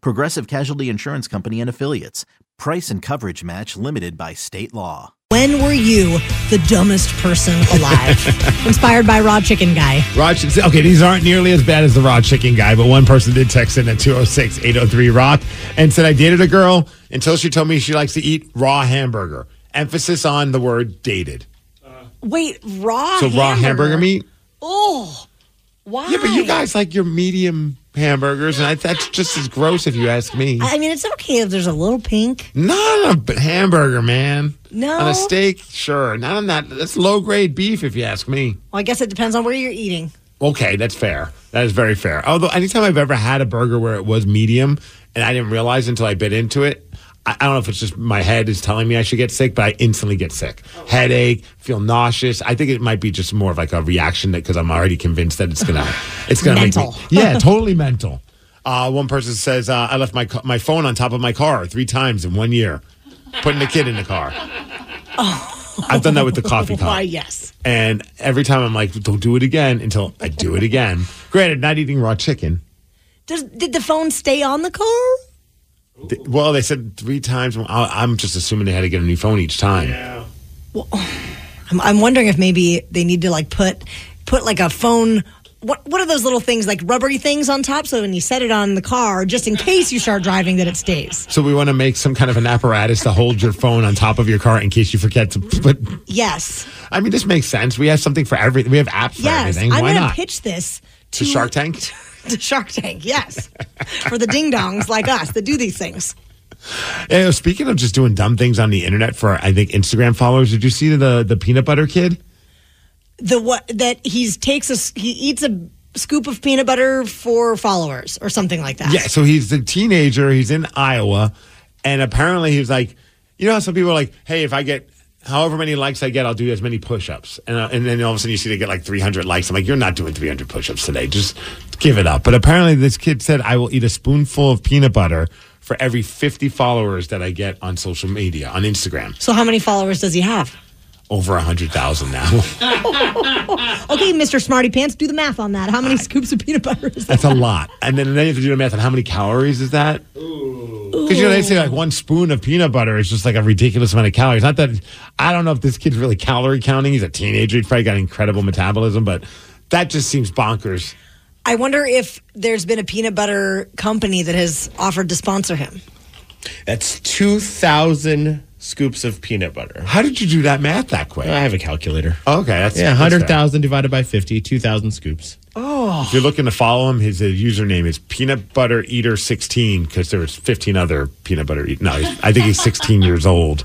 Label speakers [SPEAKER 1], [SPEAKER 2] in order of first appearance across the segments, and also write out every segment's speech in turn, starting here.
[SPEAKER 1] Progressive Casualty Insurance Company and Affiliates. Price and coverage match limited by state law.
[SPEAKER 2] When were you the dumbest person alive? Inspired by Raw Chicken Guy.
[SPEAKER 3] Raw chicken. Okay, these aren't nearly as bad as the raw chicken guy, but one person did text in at 206 803 Rock and said, I dated a girl until she told me she likes to eat raw hamburger. Emphasis on the word dated.
[SPEAKER 2] Wait, raw.
[SPEAKER 3] So, raw hamburger meat?
[SPEAKER 2] Oh, why?
[SPEAKER 3] Yeah, but you guys like your medium hamburgers, and I, that's just as gross if you ask me.
[SPEAKER 2] I I mean, it's okay if there's a little pink.
[SPEAKER 3] Not a b- hamburger, man.
[SPEAKER 2] No?
[SPEAKER 3] On a steak, sure. Not on that. That's low grade beef if you ask me.
[SPEAKER 2] Well, I guess it depends on where you're eating.
[SPEAKER 3] Okay, that's fair. That is very fair. Although, anytime I've ever had a burger where it was medium and I didn't realize until I bit into it, I, I don't know if it's just my head is telling me I should get sick, but I instantly get sick. Headache, feel nauseous. I think it might be just more of like a reaction because I'm already convinced that it's gonna, it's gonna
[SPEAKER 2] Mental.
[SPEAKER 3] make me. Yeah, totally mental. Uh, one person says uh, I left my ca- my phone on top of my car three times in one year, putting the kid in the car. I've done that with the coffee cup.
[SPEAKER 2] Oh. Why, yes.
[SPEAKER 3] And every time I'm like, don't do it again until I do it again. Granted, not eating raw chicken.
[SPEAKER 2] Does, did the phone stay on the car?
[SPEAKER 3] Th- Well, they said three times. I- I'm just assuming they had to get a new phone each time.
[SPEAKER 2] I'm, I'm wondering if maybe they need to like put put like a phone. What what are those little things like rubbery things on top? So when you set it on the car, just in case you start driving, that it stays.
[SPEAKER 3] So we want to make some kind of an apparatus to hold your phone on top of your car in case you forget to. But
[SPEAKER 2] Yes,
[SPEAKER 3] I mean, this makes sense. We have something for everything. We have apps for
[SPEAKER 2] yes.
[SPEAKER 3] everything.
[SPEAKER 2] I'm
[SPEAKER 3] Why
[SPEAKER 2] gonna
[SPEAKER 3] not?
[SPEAKER 2] pitch this to,
[SPEAKER 3] to Shark Tank.
[SPEAKER 2] to Shark Tank. Yes, for the ding dongs like us that do these things.
[SPEAKER 3] Yeah, oh, speaking of just doing dumb things on the internet for, I think Instagram followers. Did you see the the peanut butter kid?
[SPEAKER 2] the what that he's takes a s- he eats a scoop of peanut butter for followers or something like that.
[SPEAKER 3] Yeah, so he's a teenager. He's in Iowa, and apparently he's like, you know, how some people are like, hey, if I get however many likes I get, I'll do as many push-ups, and uh, and then all of a sudden you see they get like 300 likes. I'm like, you're not doing 300 push-ups today. Just give it up. But apparently this kid said, I will eat a spoonful of peanut butter for every 50 followers that I get on social media on Instagram.
[SPEAKER 2] So how many followers does he have?
[SPEAKER 3] Over 100,000 now.
[SPEAKER 2] Okay, Mr. Smarty Pants, do the math on that. How many scoops of peanut butter is that?
[SPEAKER 3] That's a lot. And then, then you have to do the math on how many calories is that? Because you know they say like one spoon of peanut butter is just like a ridiculous amount of calories. Not that I don't know if this kid's really calorie counting. He's a teenager. He's probably got incredible metabolism, but that just seems bonkers.
[SPEAKER 2] I wonder if there's been a peanut butter company that has offered to sponsor him.
[SPEAKER 4] That's 2,000 scoops of peanut butter.
[SPEAKER 3] How did you do that math that quick?
[SPEAKER 4] I have a calculator.
[SPEAKER 3] Okay, that's
[SPEAKER 4] Yeah,
[SPEAKER 3] that's fair.
[SPEAKER 4] 100,000 divided by 50, 2,000 scoops.
[SPEAKER 3] If you're looking to follow him, his uh, username is Peanut Butter Eater 16 because there was 15 other peanut butter. Eat- no, he's- I think he's 16 years old.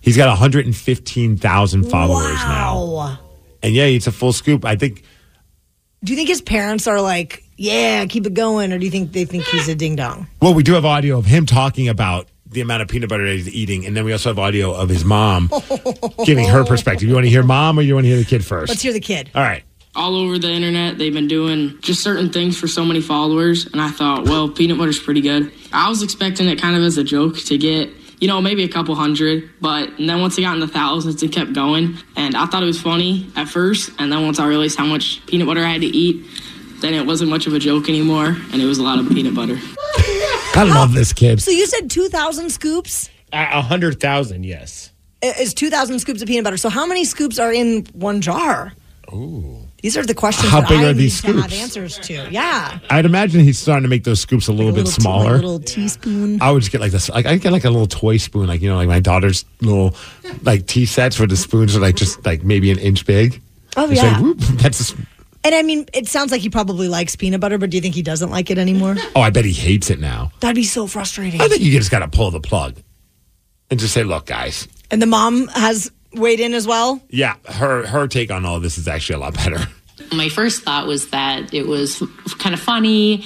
[SPEAKER 3] He's got 115,000 followers now.
[SPEAKER 2] Wow.
[SPEAKER 3] And yeah, it's a full scoop. I think
[SPEAKER 2] Do you think his parents are like, yeah, keep it going, or do you think they think he's a ding dong?
[SPEAKER 3] Well, we do have audio of him talking about the amount of peanut butter that he's eating, and then we also have audio of his mom giving her perspective. You want to hear mom or you want to hear the kid 1st
[SPEAKER 2] Let's hear the kid.
[SPEAKER 3] All right.
[SPEAKER 5] all over the internet they've been doing just certain things for so many followers and i thought well peanut butter's pretty good i was expecting it kind of as a joke to get you know maybe a couple hundred but and then once it got in the thousands it kept going and i thought it was funny at first and then once i realized how much peanut butter i had to eat then it wasn't much of a joke anymore and it was a lot of peanut butter
[SPEAKER 3] I love this kid.
[SPEAKER 2] So you said 2,000 scoops
[SPEAKER 4] A 100,000, yes.
[SPEAKER 2] uh, I- is 2,000 scoops of peanut butter. So how many scoops are in one jar? These are the questions
[SPEAKER 3] How
[SPEAKER 2] that
[SPEAKER 3] big
[SPEAKER 2] I
[SPEAKER 3] are
[SPEAKER 2] need
[SPEAKER 3] these
[SPEAKER 2] to have
[SPEAKER 3] scoops?
[SPEAKER 2] answers to. Yeah.
[SPEAKER 3] I'd imagine he's starting to make those scoops a little bit
[SPEAKER 2] little t- like
[SPEAKER 3] smaller.
[SPEAKER 2] little teaspoon.
[SPEAKER 3] I would just get like this. Like I get like a little toy spoon, like you know, like my daughter's little like tea sets where the spoons are like just like maybe an inch big.
[SPEAKER 2] Oh,
[SPEAKER 3] It's
[SPEAKER 2] yeah.
[SPEAKER 3] Like, whoop, that's just,
[SPEAKER 2] And I mean, it sounds like he probably likes peanut butter, but do you think he doesn't like it anymore?
[SPEAKER 3] oh, I bet he hates it now.
[SPEAKER 2] That'd be so frustrating.
[SPEAKER 3] I think you just got to pull the plug and just say, "Look, guys,
[SPEAKER 2] And the mom has weighed in as well.
[SPEAKER 3] yeah, her her take on all this is actually a lot better."
[SPEAKER 6] My first thought was that it was kind of funny.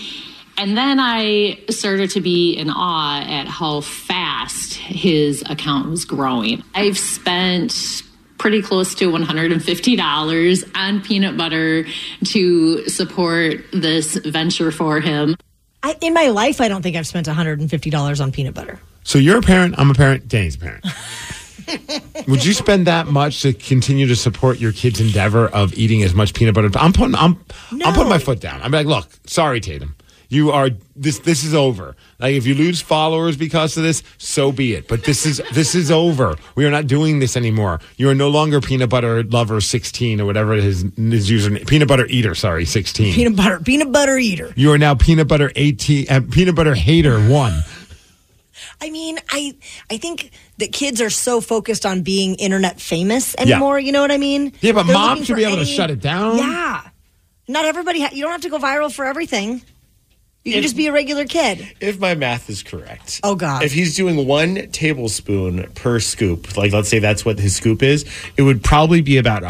[SPEAKER 6] And then I started to be in awe at how fast his account was growing. I've spent pretty close to $150 on peanut butter to support this venture for him.
[SPEAKER 2] I, in my life, I don't think I've spent $150 on peanut butter.
[SPEAKER 3] So you're a parent. I'm a parent. Danny's a parent. Would you spend that much to continue to support your kid's endeavor of eating as much peanut butter? I'm putting I'm I'm putting my foot down. I'm like, look, sorry, Tatum. You are this this is over. Like if you lose followers because of this, so be it. But this is this is over. We are not doing this anymore. You are no longer peanut butter lover 16 or whatever his his username peanut butter eater, sorry, 16.
[SPEAKER 2] Peanut butter, peanut butter eater.
[SPEAKER 3] you are now peanut butter 18 uh, peanut butter hater 1.
[SPEAKER 2] I mean, I I think that kids are so focused on being internet famous anymore. You know what I mean?
[SPEAKER 3] Yeah, but
[SPEAKER 2] They're
[SPEAKER 3] mom
[SPEAKER 2] looking
[SPEAKER 3] should
[SPEAKER 2] for
[SPEAKER 3] be able to
[SPEAKER 2] any-
[SPEAKER 3] shut it down.
[SPEAKER 2] Yeah, not everybody. Ha- you don't have to go viral for everything. You can just be a regular kid.
[SPEAKER 4] If my math is correct.
[SPEAKER 2] Oh, God.
[SPEAKER 4] If he's doing one tablespoon per scoop, like let's say that's what his scoop is, it would probably be about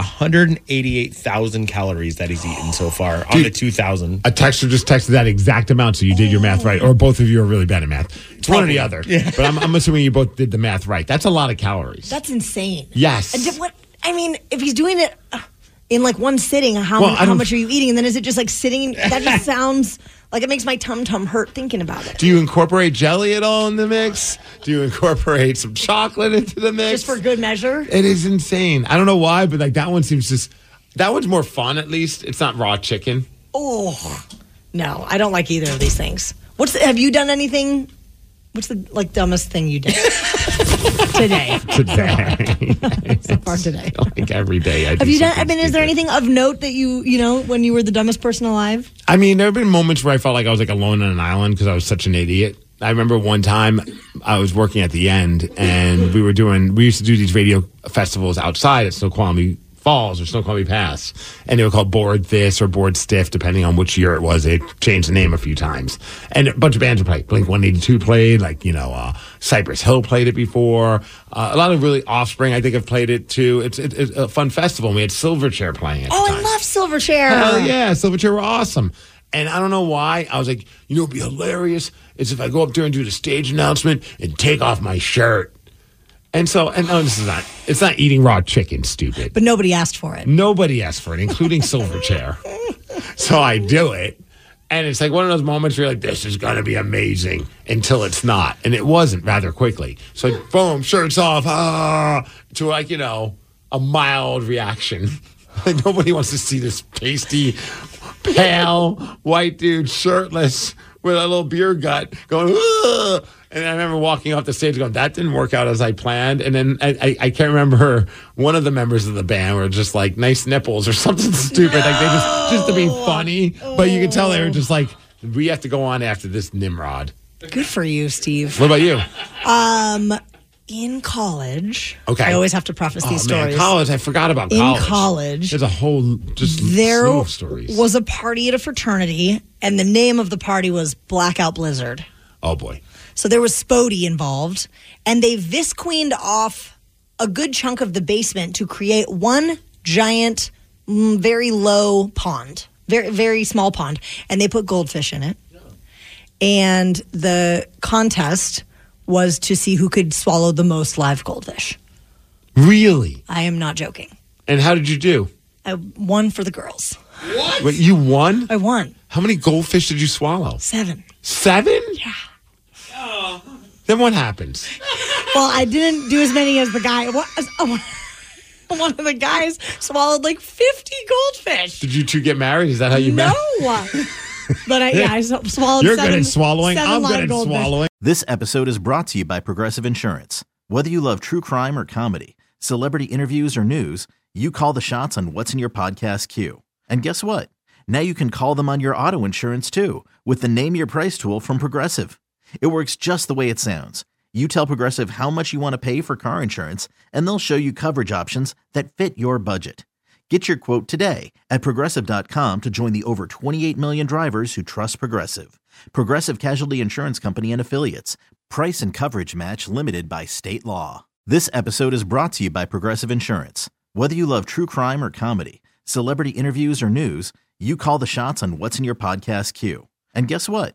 [SPEAKER 4] 188,000 calories that he's eaten so far on the 2,000.
[SPEAKER 3] a texter just texted that exact amount, so you did your math right, or both of you are really bad at math. It's one or the other. But I'm, I'm assuming you both did the math right. That's a lot of calories.
[SPEAKER 2] That's insane.
[SPEAKER 3] Yes.
[SPEAKER 2] And what I mean, if he's doing it uh, in like one sitting, how
[SPEAKER 3] Well, I
[SPEAKER 2] how
[SPEAKER 3] don't-
[SPEAKER 2] much are you eating? And then is it just like sitting? That just sounds like it makes my tum tum hurt thinking about it.
[SPEAKER 3] Do you incorporate jelly at all in the mix? Do you incorporate some chocolate into the mix?
[SPEAKER 2] Just for good measure.
[SPEAKER 3] it is insane. I don't know why, but like that one seems just that one's more fun. At least it's not raw chicken.
[SPEAKER 2] Oh no, I don't like either of these things. What's the, have you done anything? What's the like dumbest thing you did today?
[SPEAKER 3] Today,
[SPEAKER 2] so far today.
[SPEAKER 3] like every day, I
[SPEAKER 2] Have you done? I mean, is there anything of note that you you know when you were the dumbest person alive?
[SPEAKER 3] I mean, there have been moments where I felt like I was like alone on an island because I was such an idiot. I remember one time I was working at the end and we were doing, we used to do these radio festivals outside at Snoqualmie Falls or Snoqualmie Pass. And they were called Board This or Board Stiff, depending on which year it was. They changed the name a few times. And a bunch of bands were played. Blink 182 played, like, you know, uh, Cypress Hill played it before. Uh, a lot of really offspring, I think, have played it too. It's, it, it's a fun festival. And we had Silverchair playing. At the
[SPEAKER 2] Oh, I
[SPEAKER 3] time.
[SPEAKER 2] love Silverchair.
[SPEAKER 3] Hell yeah, Silverchair were awesome. And I don't know why. I was like, you know, it'd be hilarious is if I go up there and do the stage announcement and take off my shirt. And so, and no, this is not. It's not eating raw chicken, stupid.
[SPEAKER 2] But nobody asked for it.
[SPEAKER 3] Nobody asked for it, including Silverchair. So I do it. And it's like one of those moments where you're like, this is going to be amazing until it's not. And it wasn't rather quickly. So boom, shirts off, ah, to like, you know, a mild reaction. Like nobody wants to see this pasty, pale, white dude shirtless with a little beer gut going, Ugh! and I remember walking off the stage going, that didn't work out as I planned. And then I, I, I can't remember one of the members of the band were just like, nice nipples or something stupid. Like they just, just to be funny. But you could tell they were
[SPEAKER 2] Oh.
[SPEAKER 3] just like, we have to go on after this Nimrod.
[SPEAKER 2] Good for you, Steve.
[SPEAKER 3] What about you?
[SPEAKER 2] In college,
[SPEAKER 3] Okay.
[SPEAKER 2] I always have to preface these
[SPEAKER 3] oh, man,
[SPEAKER 2] stories.
[SPEAKER 3] college. I forgot about
[SPEAKER 2] In
[SPEAKER 3] college.
[SPEAKER 2] college,
[SPEAKER 3] There's a whole just
[SPEAKER 2] there
[SPEAKER 3] slew of stories.
[SPEAKER 2] was a party at a fraternity, and the name of the party was Blackout Blizzard.
[SPEAKER 3] oh, boy.
[SPEAKER 2] So there was Spody involved, and they visqueened off a good chunk of the basement to create one giant, mm, very low pond, very very small pond, and they put goldfish in it. And the contest was to see who could swallow the most live goldfish.
[SPEAKER 3] Really?
[SPEAKER 2] I am not joking.
[SPEAKER 3] And how did you do?
[SPEAKER 2] I won for the girls.
[SPEAKER 3] Wait, you won?
[SPEAKER 2] I won
[SPEAKER 3] How many goldfish did you swallow?
[SPEAKER 2] seven.
[SPEAKER 3] Seven? Yeah. Then what happens?
[SPEAKER 2] Well, I didn't do as many as the guy. One one of the guys swallowed like fifty goldfish.
[SPEAKER 3] Did you two get married? Is that how you
[SPEAKER 2] No.
[SPEAKER 3] met?
[SPEAKER 2] but I, yeah, I sw- swallowed.
[SPEAKER 3] You're
[SPEAKER 2] seven,
[SPEAKER 3] good at swallowing.
[SPEAKER 2] seven
[SPEAKER 3] I'm
[SPEAKER 2] live
[SPEAKER 3] good at
[SPEAKER 2] goldfish.
[SPEAKER 3] swallowing.
[SPEAKER 1] This episode is brought to you by Progressive Insurance. Whether you love true crime or comedy, celebrity interviews or news, you call the shots on what's in your podcast queue. And guess what? Now you can call them on your auto insurance too with the Name Your Price tool from Progressive. It works just the way it sounds. You tell Progressive how much you want to pay for car insurance, and they'll show you coverage options that fit your budget. Get your quote today at progressive.com to join the over 28 million drivers who trust Progressive. Progressive Casualty Insurance Company and Affiliates. Price and coverage match limited by state law. This episode is brought to you by Progressive Insurance. Whether you love true crime or comedy, celebrity interviews or news, you call the shots on what's in your podcast queue. And guess what?